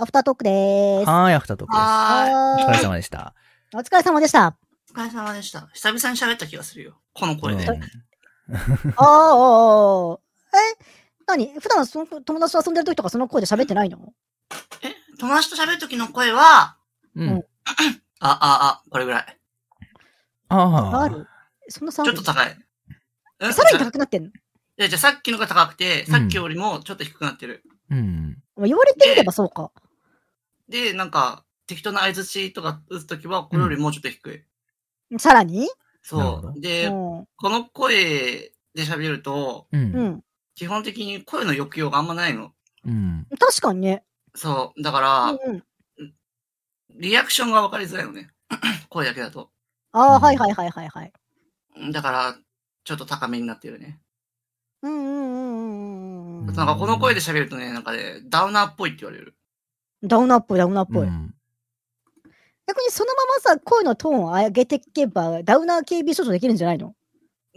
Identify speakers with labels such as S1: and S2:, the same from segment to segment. S1: アフタートークでーす。
S2: はい、アフタートークです。
S3: は
S1: はーい
S2: お疲れ様でした。
S1: お疲れ様でした。
S3: ーい。お疲れ様でした。久々に喋った気がするよ。この声で。
S2: うん
S1: あーおーおーえ、何普段その友達と遊んでる時とかその声で喋ってないの
S3: え、友達と喋る時の声は、
S2: うん。
S3: あ、あ、あ、これぐらい。
S2: あ
S1: あ
S2: あ。
S1: るそんな
S3: ち
S1: 差あ
S3: ょっ
S1: る
S3: と高い。うん
S1: さらに高くなってんの
S3: いや、じゃあさっきのが高く
S2: う
S3: て、
S2: ん
S3: さっきよりもちょっと低くなってる。
S2: うん。
S1: まあ言われてみればそうか。
S3: で、なんか、適当な相槌とか打つ時は、これよりもうちょっと低い。
S1: さらに
S2: なるほ
S3: そ
S2: ど
S3: う。
S1: う
S3: で、
S1: ん。
S3: この声で喋ると、
S2: う。
S1: うんん。
S3: 基本的に声の抑揚があんまないの。
S2: うん。
S1: 確かにね。
S3: そう。だか
S1: う
S3: ら、
S1: んうん。
S3: リアクションが分かりづらいのね。 声だけだと。
S1: あ
S2: う
S1: あ、
S2: ん
S1: はいはいはいはいはい。
S3: だから、ちょっと高めになってるね。
S1: うんうんうんうんうん
S2: う
S3: なんかこの声で喋るとね、なんかね、ダウナーっぽいって言われる。
S1: ダウナーっぽい、ダウナーっぽ
S2: う
S1: い。
S2: ん。
S1: 逆にそのままさ、声のトーンを上げていけば、ダウナー KB 少女できるんじゃないの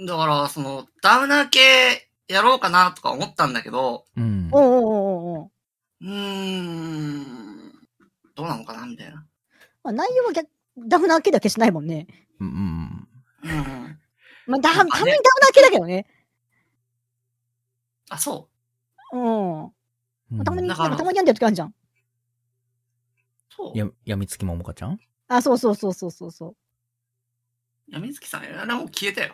S3: だから、その、ダウナー系やろうかなとか思ったんだけど、
S2: うん。
S1: おうおうおうおうおう
S3: うーん、どうなのかなみたいな。
S1: まあ、内容は逆ダウナー系だけしないもんね。
S2: うん。
S3: うん。
S1: まあ、だたま
S3: ま
S1: に
S3: あね
S1: ダウナー系だけどね。
S3: あ、そ
S1: うん。
S2: うん
S1: たまに、
S3: だ
S1: なん
S3: から
S1: かたまにやんでる時あるじゃん。
S3: うそう。
S2: や、やみつきももかちゃん
S1: あ、そうそうそうそうそうそう。
S3: やみつきさん、あれもう消えたよ。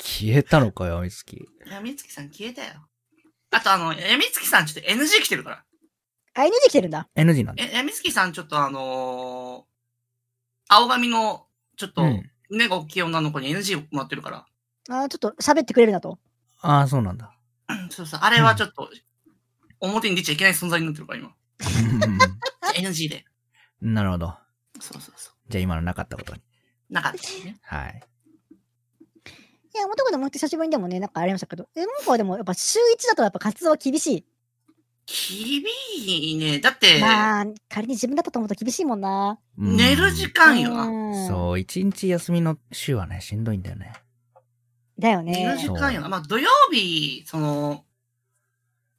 S2: 消えたのかよ、やみつき。
S3: やみつきさん消えたよ。あとあの、やみつきさんちょっと NG 来てるから。
S1: あ、NG 来てるんだ。
S2: NG なんだ。
S3: え、やみつきさんちょっとあのー青髪の、ちょっと、
S2: うん
S3: 胸が大きい女の子に NG をもらってるから。
S1: あ、ちょっと喋ってくれるなと。
S2: ああ、そうなんだ。
S3: うんそうそう、あれはちょっと、表に出ちゃいけない存在になってるから、今。NG で。
S2: うんなるほど。
S3: そうそうそ
S2: じゃあ今のなかったことに。
S3: う。なかったですね。
S2: はい。
S1: いや、もともとも久しぶりにでもね、なんかありましたけど、え、もうこはでもやっぱ週1だとやっぱ活動は厳し
S3: 厳しいね。だって
S1: い。、まあ、仮に自分だったと思うと厳しいもんな。
S2: うん
S3: 寝る時間よな。
S1: うん
S2: そう、一日休みの週はね、しんどいんだよね。
S1: だよ
S3: 寝る
S1: ね
S3: 時。間よな。まあ、土曜日、その、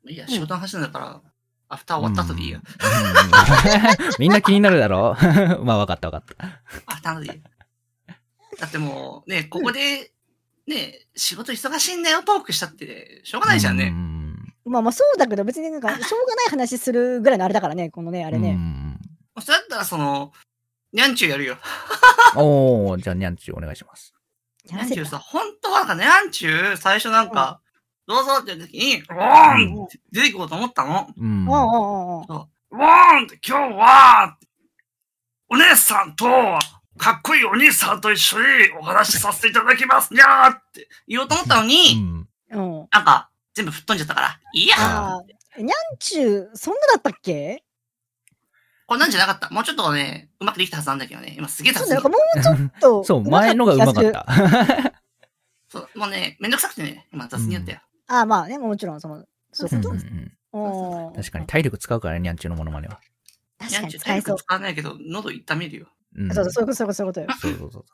S3: いや、仕事の話なんだから、アフター終わった後でいいよ。
S2: うん。うんみんな気になるだろまあ、わかったわかった。
S3: アフター後でいい。だってもう、ね、ここで、ね、仕事忙しいんだよ、トークしたって、しょうがないじゃん
S2: う
S3: ね。
S2: ん。
S1: まあまあそうだけど、別になんか、しょうがない話するぐらいのあれだからね、このね、あ
S2: あ
S1: れね。
S3: それだったら、その、にゃんちゅうやるよ。
S2: おー、じゃあ、にゃんちゅうお願いします。
S1: や
S3: ニャ
S1: ら
S3: ン
S1: せ
S3: チ
S1: る
S3: ュー
S1: か
S3: さ、本当はなんかね、ニャンチュー、最初なんか、どうぞって言う時に、うーんって出てこうと思ったの。
S2: うん。
S1: おうおうおうおう
S3: うーんって今日は、お姉さんと、かっこいいお兄さんと一緒にお話しさせていただきます、にゃーって言おうと思ったのに、
S2: うん
S1: うん。
S3: なんか、全部吹っ飛んじゃったから、いやー
S1: ああ、にゃんちゅう、そんなだったっけ
S3: こんなんじゃなかった。もうちょっとね、うまくできたはずなんだけどね、今すげえ
S1: そ
S3: 雑
S1: うだ、
S3: に
S1: なんかもうちょっと。
S2: そう、前のがうまかっ。た。
S3: そう、もうね、めんどくさくてね、今雑にやったよ。
S1: ああ、まあね、もちろん、その、そう
S2: う
S1: い
S2: ん
S1: う
S2: う
S1: こ
S2: んう
S1: と
S2: ん
S1: うん
S2: 確かに、。体力使うからね、にゃんちゅうのものまねは。
S1: 確
S3: ニ
S1: か
S3: ャン
S1: に
S3: チュー
S1: 使
S3: 体
S1: えそう
S3: 力。使わないけど、喉痛めるよ。
S2: うん
S1: そうそう、そういうこと、そういうこと、そういうことよ。
S2: そうそうそう。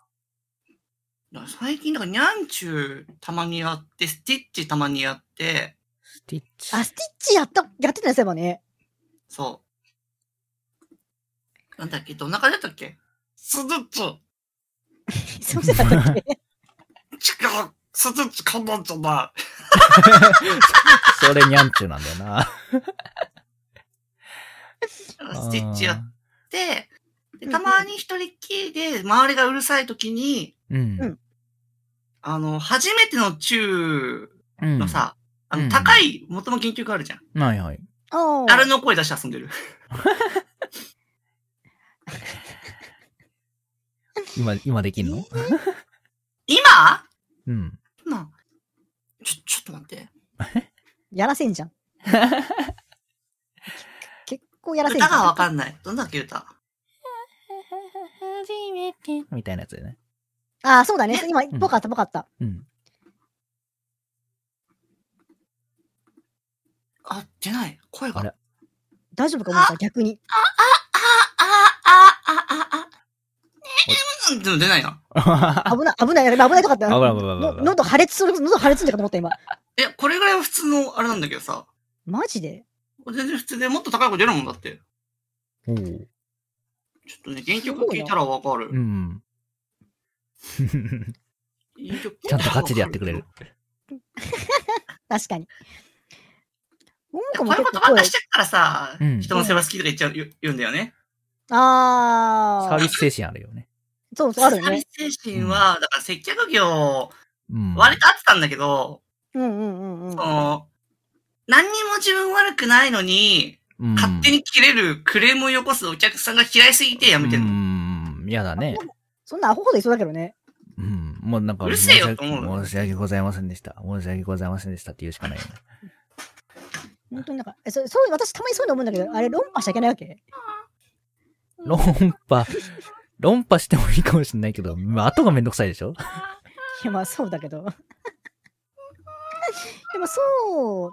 S3: だから最近、だから、ニャンチューたまにやって、スティッチたまにやって、
S2: スティッチ。
S1: あ、スティッチやった、やってたね、そういえばね。
S3: そう。なんだっけどんな感じだったっけスズッツ、
S1: そうじゃなかったっけ
S3: 力、スズッツ、こんなんじゃな
S2: それにゃんちゅうなんだよな。
S3: い。 スティッチやって、でたまに一人っきりで、周りがうるさい時に、
S2: うん。
S1: うん
S3: あの、初めてのチュ
S2: うん
S3: ーの。さ、あ
S2: う
S3: の、
S2: ん
S3: 高い、元の研究があるじゃん。
S2: はいはい。
S1: お
S3: あれ
S1: ー
S3: の声出して遊んでる。
S2: 今、今できんの
S3: 今
S2: うん。
S3: 今ちょ、ちょっと待って。
S1: やらせんじゃん。 け結構やらせんじゃ
S3: 歌
S1: ん。
S3: がわかんない。どんだっけ歌
S4: 初めて
S2: みたいなやつだよね。
S1: ああ、そうだね。今、ぽかった、ぽかった。
S2: うん。
S3: あ、出ない。声が。
S2: あれ
S1: 大丈夫か、もうさ、逆に。
S3: あ、あ、あ、あ、あ、あ、えー、でも出ないな。
S2: あ
S1: 危ない、危ない、危ないとかって。
S2: 危ない危ない危ない
S1: の喉破裂する、喉破裂するんじゃかと思った、今。
S3: え、これぐらいは普通のあれなんだけどさ。
S1: マジで
S3: 全然普通でもっと高い声出るもんだって。
S2: おう
S3: ちょっとね、原曲聞いたらわかる
S2: う。ん。
S3: 原曲聞い
S2: ちゃん
S3: たら
S2: と
S3: わか
S2: ガチでやってくれる。。
S1: 確かに。音楽
S3: こう
S1: も
S3: いう
S1: 結
S3: こと
S1: 構
S3: ばっ
S1: 声
S3: かし。てるからさ、
S2: うん
S3: 人の世話好きとか言っちゃう、言うんだよね。
S1: あ
S2: サー
S1: あ
S2: ビ、ス精神あるよね。
S1: そうそう、ある
S3: サー
S1: ね
S3: ビ。ス精神は、だから接客業、
S2: うん。
S3: 割と合ってたんだけど、
S1: うんうんうんうん。
S3: その何にも自分悪くないのに、
S2: うん
S3: 勝手に切れるクレームをよこすお客さんが嫌いすぎてやめてる
S2: う
S3: の。
S2: ん。嫌だね。
S1: そんなアホほどいそうだけどね。
S2: うん。もうなんか、
S3: うるせえよ
S2: 申し
S3: と思う
S2: 訳申し訳ございませんでした。申し訳ございませんでしたって言うしかないよね。
S1: 本当になんか、えそそう私たまにそういうの思うんだけど、あれ論破しちゃいけないわ け
S2: 論破、論破してもいいかもしれないけど、まあ後がめんどくさいでしょ
S1: いやまあそうだけど。 でもそ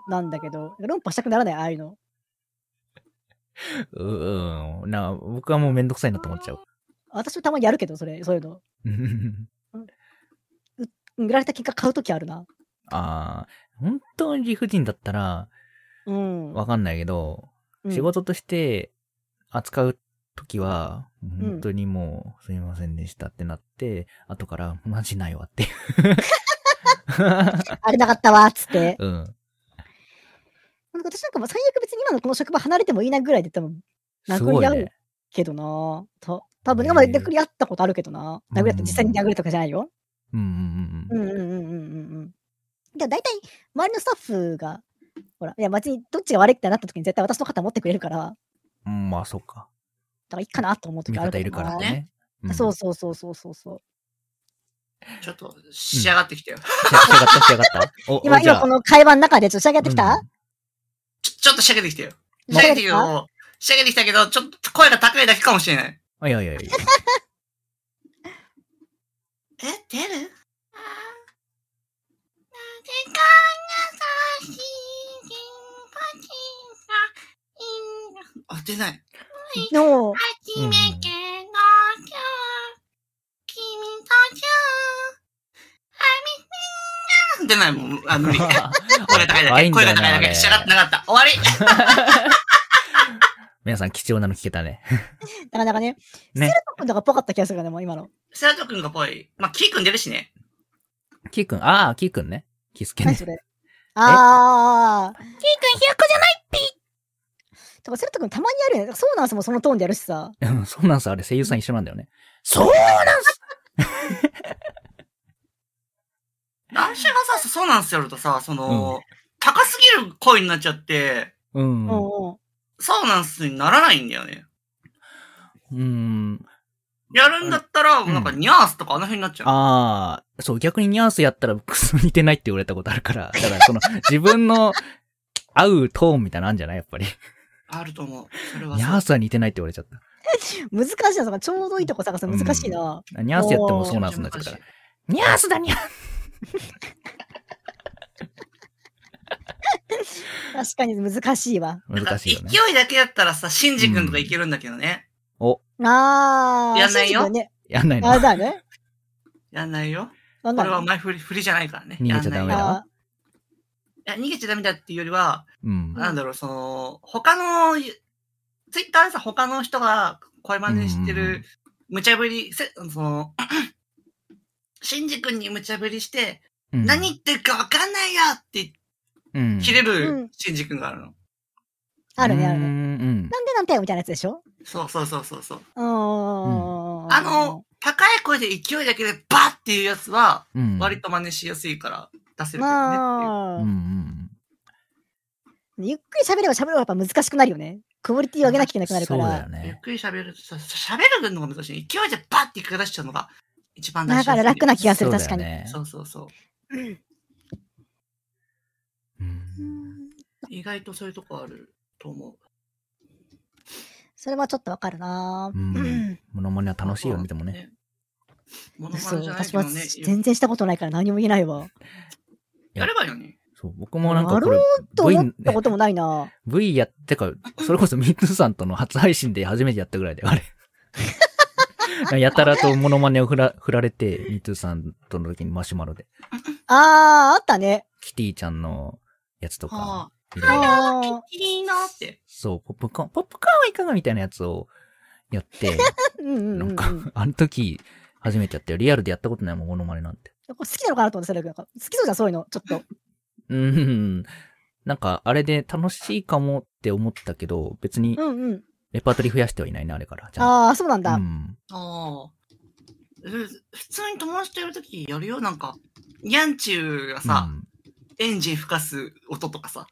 S1: うなんだけど、論破したくならない、ああいうの。
S2: ううん。な、僕はもうめんどくさいなと思っちゃう。
S1: 私もたまにやるけど、それ、そういうの。
S2: うん
S1: 売られた結果買うときあるな。
S2: ああ、本当に理不尽だったら、
S1: うん。
S2: わかんないけど、
S1: うん
S2: 仕事として扱うときは、本当にもう、すいませんでしたってなって、後から、マジないわっ ていう。
S1: あれなかったわ、っつ って。
S2: うん。
S1: なんか私なんかもう最悪別に今のこの職場離れてもいいなぐらいで多分
S2: す
S1: 殴
S2: ご
S1: り
S2: い
S1: 合う
S2: ね。
S1: けどな。た多分今まで殴り合ったことあるけどな。殴り合った、
S2: うん
S1: 実際に殴るとかじゃないよ。
S2: うんうん
S1: うんうんうんうんうんうん。で、大体、周りのスタッフが、ほら、いや、別にどっちが悪いってなった時に絶対私の肩持ってくれるから、だか
S2: うんうん。まあ、そうか。
S1: らいいかなと思う時
S2: 味
S1: ある
S2: 方いる
S1: な
S2: からね。ん
S1: そうそうそうそうそうそう。
S3: ちょっと仕上がってきたよ。
S2: 仕上がった、仕上がった。お、
S1: 今、
S2: おじゃ
S1: 今
S2: あ
S1: この会話の中でちょっと仕上げてきた、
S3: ちょちょっと仕上げてきたよ。仕
S1: ま
S3: 上
S1: た
S3: げ
S1: や
S3: てき
S1: る
S3: たけ
S1: か
S3: ど、仕上げてきたけど、ちょっと声が高いだけかもしれな
S2: う
S3: い。
S2: んいやいやい やいや。
S3: え、出るあ、出ない。
S1: の
S4: 初めての今日、君と今
S3: 出ないもん。 あ、無理。声が高いだ
S2: あい
S3: け。
S2: いんだ
S3: 声
S2: よ
S3: が高
S2: ないあ
S3: だけ。
S2: れ
S3: 仕上がってなかった。終わり。
S2: 皆さん貴重なの聞けたね。
S1: なかなかね、
S2: ね
S1: セルト君とかっぽかった気がするからね、もう今の。
S3: セラト君がぽい。まあ、キー君出るしね。
S2: キーくん、ああ、キーくんね。キスケ
S1: 何
S2: ね
S1: そ。れ。あー。
S4: 日。ケイ君、ひよこじゃない
S1: とか、セルト君たまにやるよね。そうなんすもんそのトーンでやるしさ。
S2: うんそうなんす、あれ声優さん一緒なんだよね。そう
S3: 男子がさ、そうなんすよるとさ、その、
S2: う
S3: 高すぎる声になっちゃって、
S2: うん。
S1: う
S2: う
S1: んうん。
S3: そうなんすにならないんだよね。
S2: ん。
S3: やるんだったら、
S2: うん
S3: なんかニャースとかあの辺になっちゃう。
S2: ああ、そう、逆にニャースやったらクソ似てないって言われたことあるから、だから その、自分の合うトーンみたいなのあんじゃないやっぱり。
S3: あると思う。それは
S2: ニャー
S3: そう。
S2: スは似てないって言われちゃった。
S1: 難しいな、そのちょうどいいとこ探すの難しいな。
S2: ニャースやってもそうなんすになっちゃったから。ニャースだニャース
S1: 確かに難しいわ。
S2: 難しいよね。
S3: 勢いだけだったらさ、シンジ君とかいけるんだけどね。
S2: お、
S1: あー。
S3: やんないよ
S1: シンジ君ね、
S2: やんないの
S1: あれだよね。
S3: やんないよ。
S1: なん
S3: こ
S1: だ
S3: れは
S1: ろう。
S3: 前振り、振りじゃないからね。
S2: 逃げちゃダメだ
S3: やんないよ
S1: あ
S3: いや、逃げちゃダメだっていうよりは、
S2: うん。
S3: なんだろう、その、他の、ツイッターでさ、他の人が声真似して
S2: うんうんうん
S3: る、無茶ぶり、せその、 シンジ君に無茶ぶりして、
S2: うん
S3: 何言ってるかわかんないよって
S2: うん
S3: 切れ
S1: う
S3: る
S1: ん
S3: シンジ君があるの。
S1: ーあるね、ある
S2: う
S1: ね。
S2: んうん。
S1: なんでなんてみたいなやつでしょ
S3: そうそうそうそうそう。
S1: うーん。
S3: あの、、高い声で勢いだけでバッっていうやつは、
S2: うん
S3: 割と真似しやすいから出せるけどねっていう。
S1: ま
S2: うんう
S1: あ、
S2: ん。
S1: ゆっくり喋れば喋るほどやっぱ難しくなるよね。クオリティを上げなきゃいけなくなるか
S2: そうだよ
S1: ら。
S3: ゆっ
S2: ね。
S3: くり喋るとさ、喋るのが難しい。勢いでバッて一回出しちゃうのが一番出しや
S1: だ
S3: すい。
S1: から楽な気がする、
S2: そう
S1: 確
S2: だ
S1: か
S2: よ
S1: に。
S2: ね
S3: そうそうそう。
S2: うん
S3: 意外とそういうとこあると思う。
S1: それはちょっとわかるな
S2: う
S1: うんん。
S2: モノマネは楽しいよ、見てもね。。
S3: モノマ
S1: そ
S3: ネ
S1: う、
S3: じゃないけ
S1: 私
S3: ど
S1: は
S3: ね。
S1: 全然したことないから何も言えないわ。
S3: やればいいのに。
S2: そう、僕もなんかこ
S1: や
S2: れ、
S1: と思ったこ
S2: V、
S1: ともないな
S2: V やってか、それこそミッツさんとの初配信で初めてやったぐらい だよ、あれ。やたらとモノマネを振ら振られて、ミッツさんとの時にマシュマロで、
S1: あー、あったね。
S2: キティちゃんのやつとか
S3: は、
S2: いろいろ
S1: あー
S4: キリの
S3: ーって。
S2: そう、ポップコーン、ポップコーンはいかがみたいなやつをやって、
S1: うんうん
S2: な
S1: うんうんん。
S2: か、 あの時、初めてやったよ。リアルでやったことないもん、モノマネなんて。
S1: 好きなのかなと思って、それなんか好きそうじゃん、そういうの。ちょっと。
S2: うん。なんか、あれで楽しいかもって思ったけど、別に
S1: うんうん。
S2: レパートリー増やしてはいないな、あれから。ちゃんと
S1: ああ、そうなんだ。
S2: うん。
S3: ああ。え普通に友達とやるときやるよ、なんか。ヤンチュー がさ、
S2: うん、
S3: エンジン吹かす音とかさ。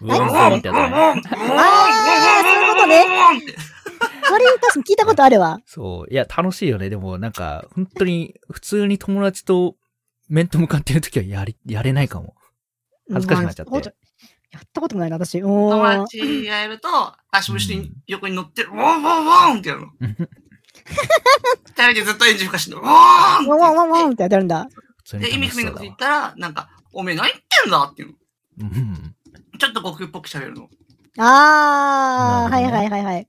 S2: うわ、みたいな。
S1: それ確かに聞いたことあるわ。
S2: そう。いや、楽しいよね。でも、なんか、本当に、普通に友達と面と向かってる時はやり、やれないかも。 恥ずかしくなっちゃって
S1: うんまあほんやったこともないな、私。お
S3: 友
S1: ー
S3: 達がやると、足
S2: う
S3: 虫
S2: ん
S3: 横に乗って、ウォンウォンウォンってやるの。二人でずっとエンジン吹かしてるの、ウォン
S1: ワンワンワンワ
S3: ン
S1: ンってやってるんだ。
S2: 普通に
S3: で、意
S2: 楽
S3: 味
S2: し
S3: 不明
S2: そ
S3: な
S2: う
S3: こ
S2: だ
S3: と言っ
S2: わ。
S3: たら、なんか、おめえ何言ってんだっていうの。
S2: うん。
S3: ちょっと悟空っぽく喋るの。
S1: ああ、
S2: な
S1: はい
S2: るほど
S1: は
S2: ね
S1: いはいはい。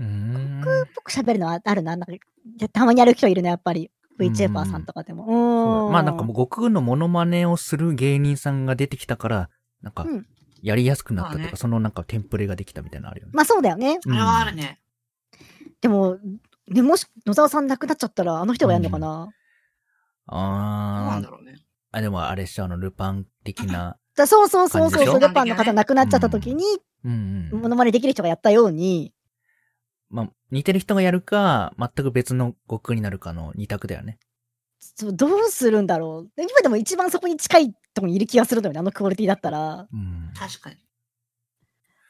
S2: うん。
S1: 僕喋るのはあるな。なんかたまにやる人いるね、やっぱり。
S2: うんうん
S1: VTuber さんとかでも。。
S2: そううんまあなんかもう悟空のモノマネをする芸人さんが出てきたから、なんか
S1: うん、
S2: やりやすくなったとか、
S3: まあね
S2: そのなんかテンプレができたみたいなのあるよね。
S1: まあそうだよね。
S3: あれはある
S2: ね。
S3: ね。
S1: でも、ね、もし野沢さん亡くなっちゃったら、あの人がやるのかな、
S3: どうな
S2: あー
S3: んだろうね。
S2: あ、でもあれっしょ、あの、ルパン的な。
S1: だそうそうそうそうそう、
S2: 感じでしょ
S1: ルパンの方亡くなっちゃった時に、
S2: うんう
S1: モ
S2: ん。
S1: ノマネできる人がやったように、
S2: まあ、似てる人がやるか、全く別の悟空になるかの二択だよね。
S1: そうどうするんだろう。で今でも一番そこに近いとこにいる気がするんだよね、あのクオリティだったら。
S2: うん。
S3: 確かに。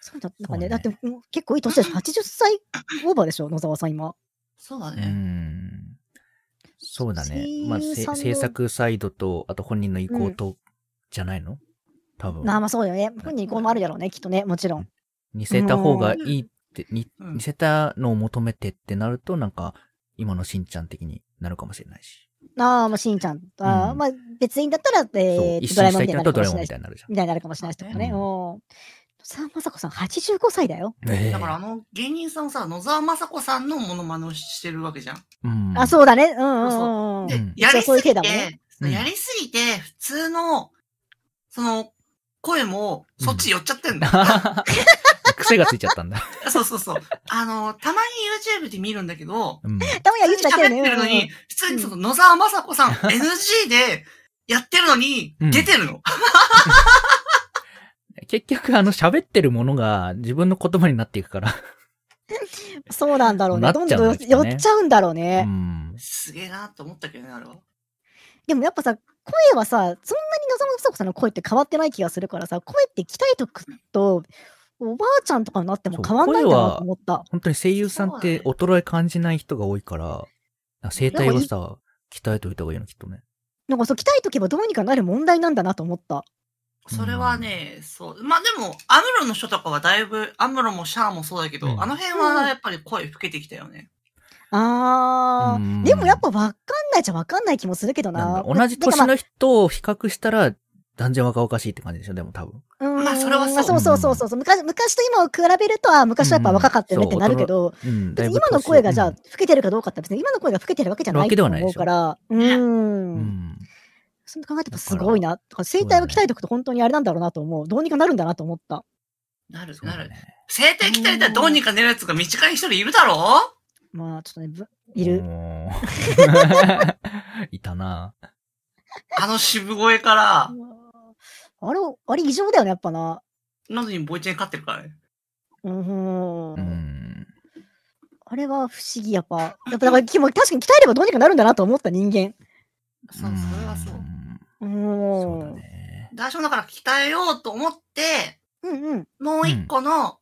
S1: そうだ、なんかね、
S2: そ
S1: だ
S2: う
S1: っ
S2: ね
S1: てもう結構いい年でしょ、80歳オーバーでしょ、野沢さん今。
S3: そうだ
S2: う
S3: ね。
S2: ん。そうだね
S1: 声。優
S2: まあ、せ
S1: さんの
S2: 制作サイドと、あと本人の意向と、じゃないの多分。
S1: まあまあそうだよね。本人こうもあるだろうね、きっとね、もちろん。
S2: 似せた方がいいって、に
S3: うん
S2: 似せたのを求めてってなると、なんか、今のしんちゃん的になるかもしれないし。
S1: ああ、もうしんちゃん。あー
S2: うん
S1: まあ別にだったら、え
S2: そう
S1: ー、
S2: 一
S1: ドラ
S2: 瞬
S1: え
S2: し
S1: もんみ
S2: たい
S1: た
S2: っ
S1: いになるかもし
S2: てなるとドラえも
S1: れ
S2: ん
S1: な
S2: み
S1: い
S2: たい
S1: し。
S2: になるじゃん。
S1: みたいになるかもしれないしとかね。
S2: う
S1: うん。さあ、まさこさん、85歳だよ。
S2: ええ
S3: だからあの芸人さんさ、野沢雅子さんのモノマネをしてるわけじゃん。
S2: うん、
S1: あ、
S2: う。
S1: そうだね。うんうんうん。
S2: そううんん
S3: やり
S1: そうい
S3: す
S1: う手
S3: ぎ
S1: だ
S3: て
S1: もんね、
S3: そうやりすぎて、普通の、その、声も、そっち寄っちゃってんだ。
S2: 癖がついちゃった んだ。
S3: そうそうそう。あの、たまに YouTube で見るんだけど、
S2: うん。
S1: たまには言うてだけ
S3: 喋
S1: だ
S3: っ
S1: よね。
S3: てるのに、普通にその野沢雅子さん NG でやってるのに、
S2: うん
S3: 出てるの。
S2: 結局、あの、喋ってるものが自分の言葉になっていくから。
S1: うんそうなんだろうね。
S2: なっ
S1: どん
S2: ちゃ
S1: ど
S2: うん
S1: ん
S2: です
S1: 寄
S2: よね
S1: っちゃうんだろう
S2: う
S1: ね。
S2: ん。
S3: すげえなと思ったけどね、あれは。
S1: でもやっぱさ、声はさ、そんなに野沢雅子さんの声って変わってない気がするからさ、声って鍛えとくと、おばあちゃんとかになっても変わんないんだなと思った。
S2: 本当に声優さんって衰え感じない人が多いから、声帯をさ、鍛えておいた方がいいの、きっとね。
S1: なんかそう、鍛えとけばどうにかなる問題なんだなと思った。
S3: それはね、そう。まあでも、アムロの人とかはだいぶ、アムロもシャアもそうだけど、
S2: うん
S3: あの辺はやっぱり声老けてきたよね。
S1: あ
S2: う
S1: ー。
S2: ん
S1: でもやっぱわかんないじゃわかんない気もするけど
S2: なん
S1: な
S2: だ。同じ
S1: てかま
S2: 年
S1: あ
S2: の人を比較したら、断然若々しいって感じでしょ、でも多分。
S1: うん
S3: まあそれはそう
S1: そうそうそうそうそう昔。昔と今を比べると、あ昔はやっぱ若かったよねってなるけど、
S2: うん、だ
S1: 別
S2: い
S1: に
S2: ぶ
S1: 今の声がじゃあ、
S2: う
S1: 老けてるかどうかって別に今の声が老けてるわけじゃな
S2: わ
S1: い
S2: けで
S1: と
S2: はない
S1: 思
S2: で
S1: う
S2: しょ
S1: から、う。
S2: うんん。
S1: そんな考えてもすごいな。とか声帯を鍛えておくと本当にあれなんだろうなと思う。どうにかなるんだなと思った。
S3: なる、
S2: そう
S3: な
S2: だ
S3: る。
S2: ね。
S3: 整体鍛えたらどうにか寝るやつが短い人いるだろ
S1: まあ、ちょっとね、ぶいる。
S2: おー。 いたな
S3: あの渋声から、
S1: あれ、あれ異常だよね、やっぱな。
S3: なのにボイチェン飼ってるからね。
S1: うん。
S2: うん。
S1: あれは不思議、やっぱ。やっぱ、だから、きも確かに鍛えればどうにかなるんだなと思った人間。
S3: そう、それはそう。
S2: ん
S1: うん。
S2: そうだね。
S3: ダーションだから鍛えようと思って、
S1: うんうん。
S3: もう一個の、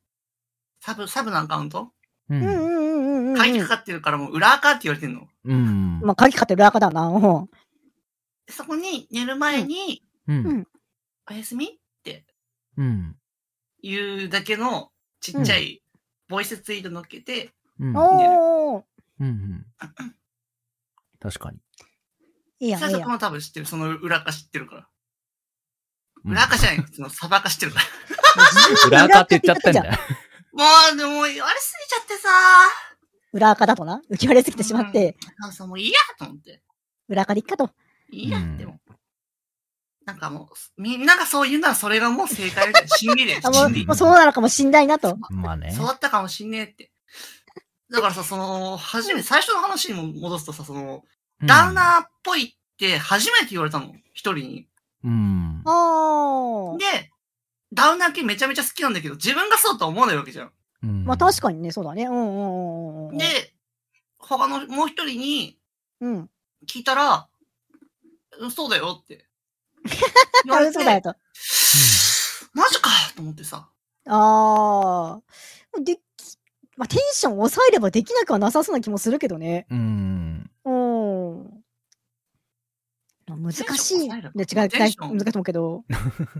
S3: サブ、サブのアカウント
S2: う
S1: うんうん
S2: ん。
S1: うんうんうん。
S3: 鍵かかってるからもう裏垢って言われてんの。
S2: うん。
S1: まあ、鍵かかってる赤だな。うん。
S3: そこに寝る前に、
S2: う
S1: うん
S2: ん。
S3: おやすみ
S2: うん。
S3: 言うだけのちっちゃいボイスツイート乗っけて、
S2: うん。
S1: おー。
S2: うん。確かに。
S1: いいやん、
S3: 最
S1: いい
S3: 初
S1: や
S3: こ
S1: ん。
S3: の多分知ってる、その裏垢知ってるから。
S2: うん
S3: 裏垢じゃない、そのサバ垢知って るから。
S2: 裏垢って言っちゃったんだよ。
S3: もう、でも、あれすぎちゃってさ
S1: 裏垢だとな。浮き割れすぎてしまって、
S3: なんかさ、もういいやと思って。
S1: 裏垢でいっかと。
S3: いいや
S2: うん
S3: でも。なんかもう、みんながそう言うならそれがもう正解みたいな。真理だよ
S1: あ、もう
S3: 真理
S1: もうそうなのかもしんないなと。
S2: まあね。
S3: そうだったかもしんねえって。だからさ、その、初め、最初の話に戻すとさ、その、
S2: うん
S3: ダウナーっぽいって初めて言われたの。一人に。
S2: うん。
S1: あ
S3: で、ダウナー系めちゃめちゃ好きなんだけど、自分がそうとは思わないわけじゃん。
S1: あ。まあ確
S2: か
S1: かにね、そうだね。うんうんうんうんうん。
S3: で、他のもう一人に
S1: うん。
S3: 聞いたら、うんそうだよ って。言わ
S1: あ、
S3: れて
S1: 嘘だよと。
S3: マジかと思ってさ。
S1: ああ。でき、まあ、テンション抑えればできなくはなさそうな気もするけどね。
S2: に。うん。
S1: うん。難
S3: テン
S1: し
S3: ション
S1: い。
S3: 抑
S1: ね
S3: えれば、
S1: 違う、難
S3: テン
S1: し
S3: シ
S1: いと
S3: ョン
S1: 思うけど。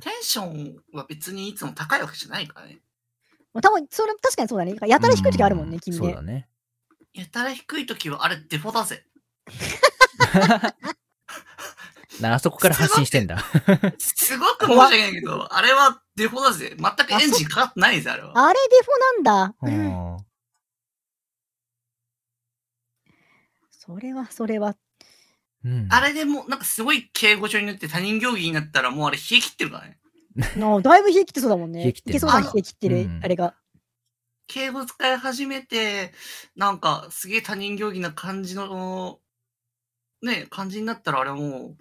S3: テンションは別にいつも高いわけじゃないからね。
S1: まあ、たまに、それ、確かにそうだね。やたら低い時あるもん
S2: う
S1: ね、君
S2: そう
S1: ね
S2: だ。ね。
S3: やたら低い時はあれデフォだぜ。
S2: なあそこから発信してんだ。
S3: すごく申し訳ないけど、あれはデフォだぜ。全くエンジンかかってないぜ、あれは。
S1: あれデフォなんだ。う
S2: う
S1: ん
S2: ん。
S1: それは、それは。
S2: うん
S3: あれでもう、なんかすごい敬語状になって他人行儀になったらもうあれ冷え切ってるからね。
S1: なあだいぶ冷え切ってそうだもんね。
S2: 冷え
S1: い
S2: 切ってる
S1: けそうだね
S3: あ、
S1: 冷え切って
S2: う
S1: る
S2: ん、
S1: あれが。
S3: 敬語使い始めて、なんかすげえ他人行儀な感じの、ね、感じになったらあれも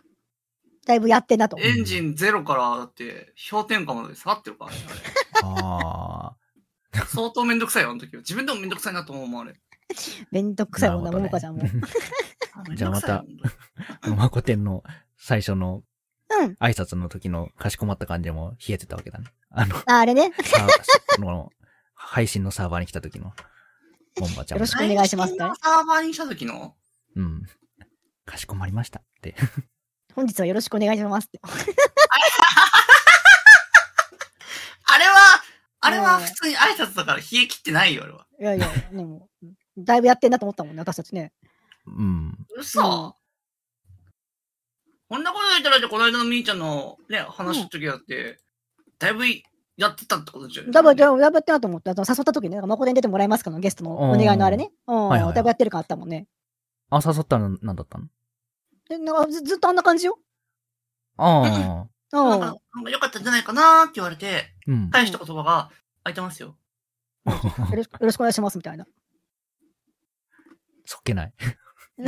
S1: だいぶやってんなと
S3: う、。エンジンゼロからだって氷点下まで下がってるからね。あれ
S2: あ
S3: 相当めんどくさいよ、あの時は。自分でもめんどくさいなと思うもん、あれ。
S1: めんどくさいもんな、
S2: なる
S1: もも
S2: ほどね
S1: かちゃんも。
S2: じゃあまた
S3: めんどくさいよ
S2: あ。まこてんの最初の
S1: うん。
S2: 挨拶の時のかしこまった感じも冷えてたわけだね。あの、
S1: ああれね。
S2: さその配信のサーバーに来た時の、ボンバちゃ んも
S1: よろしくお願いします
S3: 配信のサーバーにした時の
S2: うん。かしこまりましたって。
S1: 本日はよろしくお願いしますって。
S3: あれは、あれは
S1: うん
S3: 普通に挨拶だから冷え切ってないよ、俺は。
S1: いやいや、でも、だいぶやってんなと思ったもんね、私たちね。
S2: うん。
S3: 嘘、こんなこと言ったらだって、この間のみーちゃんのね、話した時だって、だいぶやってたってことじゃん。
S1: だいぶ、だいぶだいぶやってんなと思って、あと誘った時にね、なんかまこでに出てもらえますかのゲストのお願いのあれね。うん。
S2: はいはい
S1: だいぶやってる感あったもんね。
S2: あ、誘ったの何だったの
S1: でなんかずずっとあんな感じよ。
S2: ああ。
S1: う
S3: な
S1: ん。
S3: んか、なんか良かったんじゃないかなって言われて、
S2: うん。
S3: 返した言葉が、空いてますよ。
S1: よろしよろしくお願いしますみたいな。
S2: そっけない。
S3: で、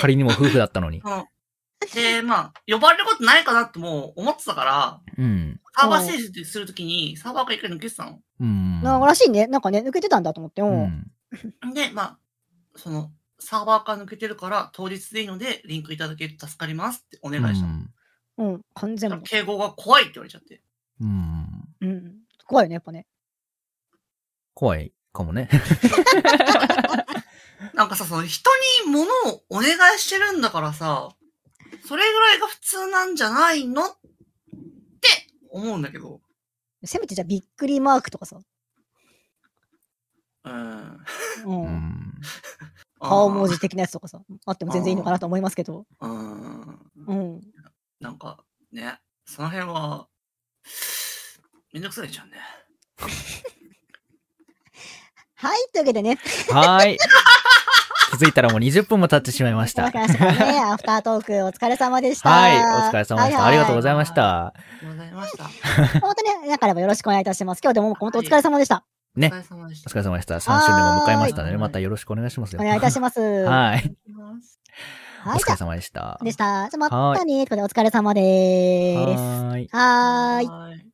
S2: 仮にも夫婦だったの に。
S3: うんで、まあ、呼ばれることないかなってもう思ってたから、
S2: うん。
S3: サーバー整理するときに、サーバーが一回抜けてたの。
S2: うん。
S1: なんからしいね。なんかね、抜けてたんだと思って。う。
S2: うんん。
S3: で、まあ、その、サーバーから抜けてるから、当日でいいので、リンクいただけると助かりますってお願いしたの。
S1: うん。完全
S3: だ
S1: に
S3: から。敬語が怖いって言われちゃって。
S2: うん。
S1: うん。怖いよね、やっぱね。
S2: 怖いかもね。
S3: なんかさ、その人に物をお願いしてるんだからさ、それぐらいが普通なんじゃないのって思うんだけど。
S1: せめてじゃあびっくりマークとかさ。
S3: うーん。
S1: う。
S2: うんん。
S1: 顔文
S3: 字。
S1: 字的なやつとかさ。あっても全然いいのかなと思いますけど。
S3: うーん。
S1: うん。
S3: なんか、ね、その辺は、めんどくさいじゃんね。
S1: はい、というわけでね。
S2: はーい。気づいたらもう20分も経ってしまいまし
S1: わ
S2: た。
S1: かりましたね。アフタートーク、お疲れ様でした。
S2: はい。お疲れ様でした。ありがとうご
S1: ざい
S2: ざいました。
S3: ありがとうございました。
S1: ます。本当ね、なんかあればよろしくお願いいたします。今日でも本当お疲れ様でした。
S2: ね
S3: お疲れ様でし
S2: お
S3: た。
S2: 疲れ様でした。3周年も迎えましたの
S3: は
S2: で、
S3: い
S2: またよろしくお願いします
S1: お
S2: よ。
S1: 願いいたします。は
S2: はい。
S3: お疲
S1: い、じゃ
S2: お疲れ
S3: れ様です
S2: 様でした
S1: あ。でした。じゃあまたね。ということでお疲れ様でーす。
S2: はーい。
S1: はーい。
S3: はーい。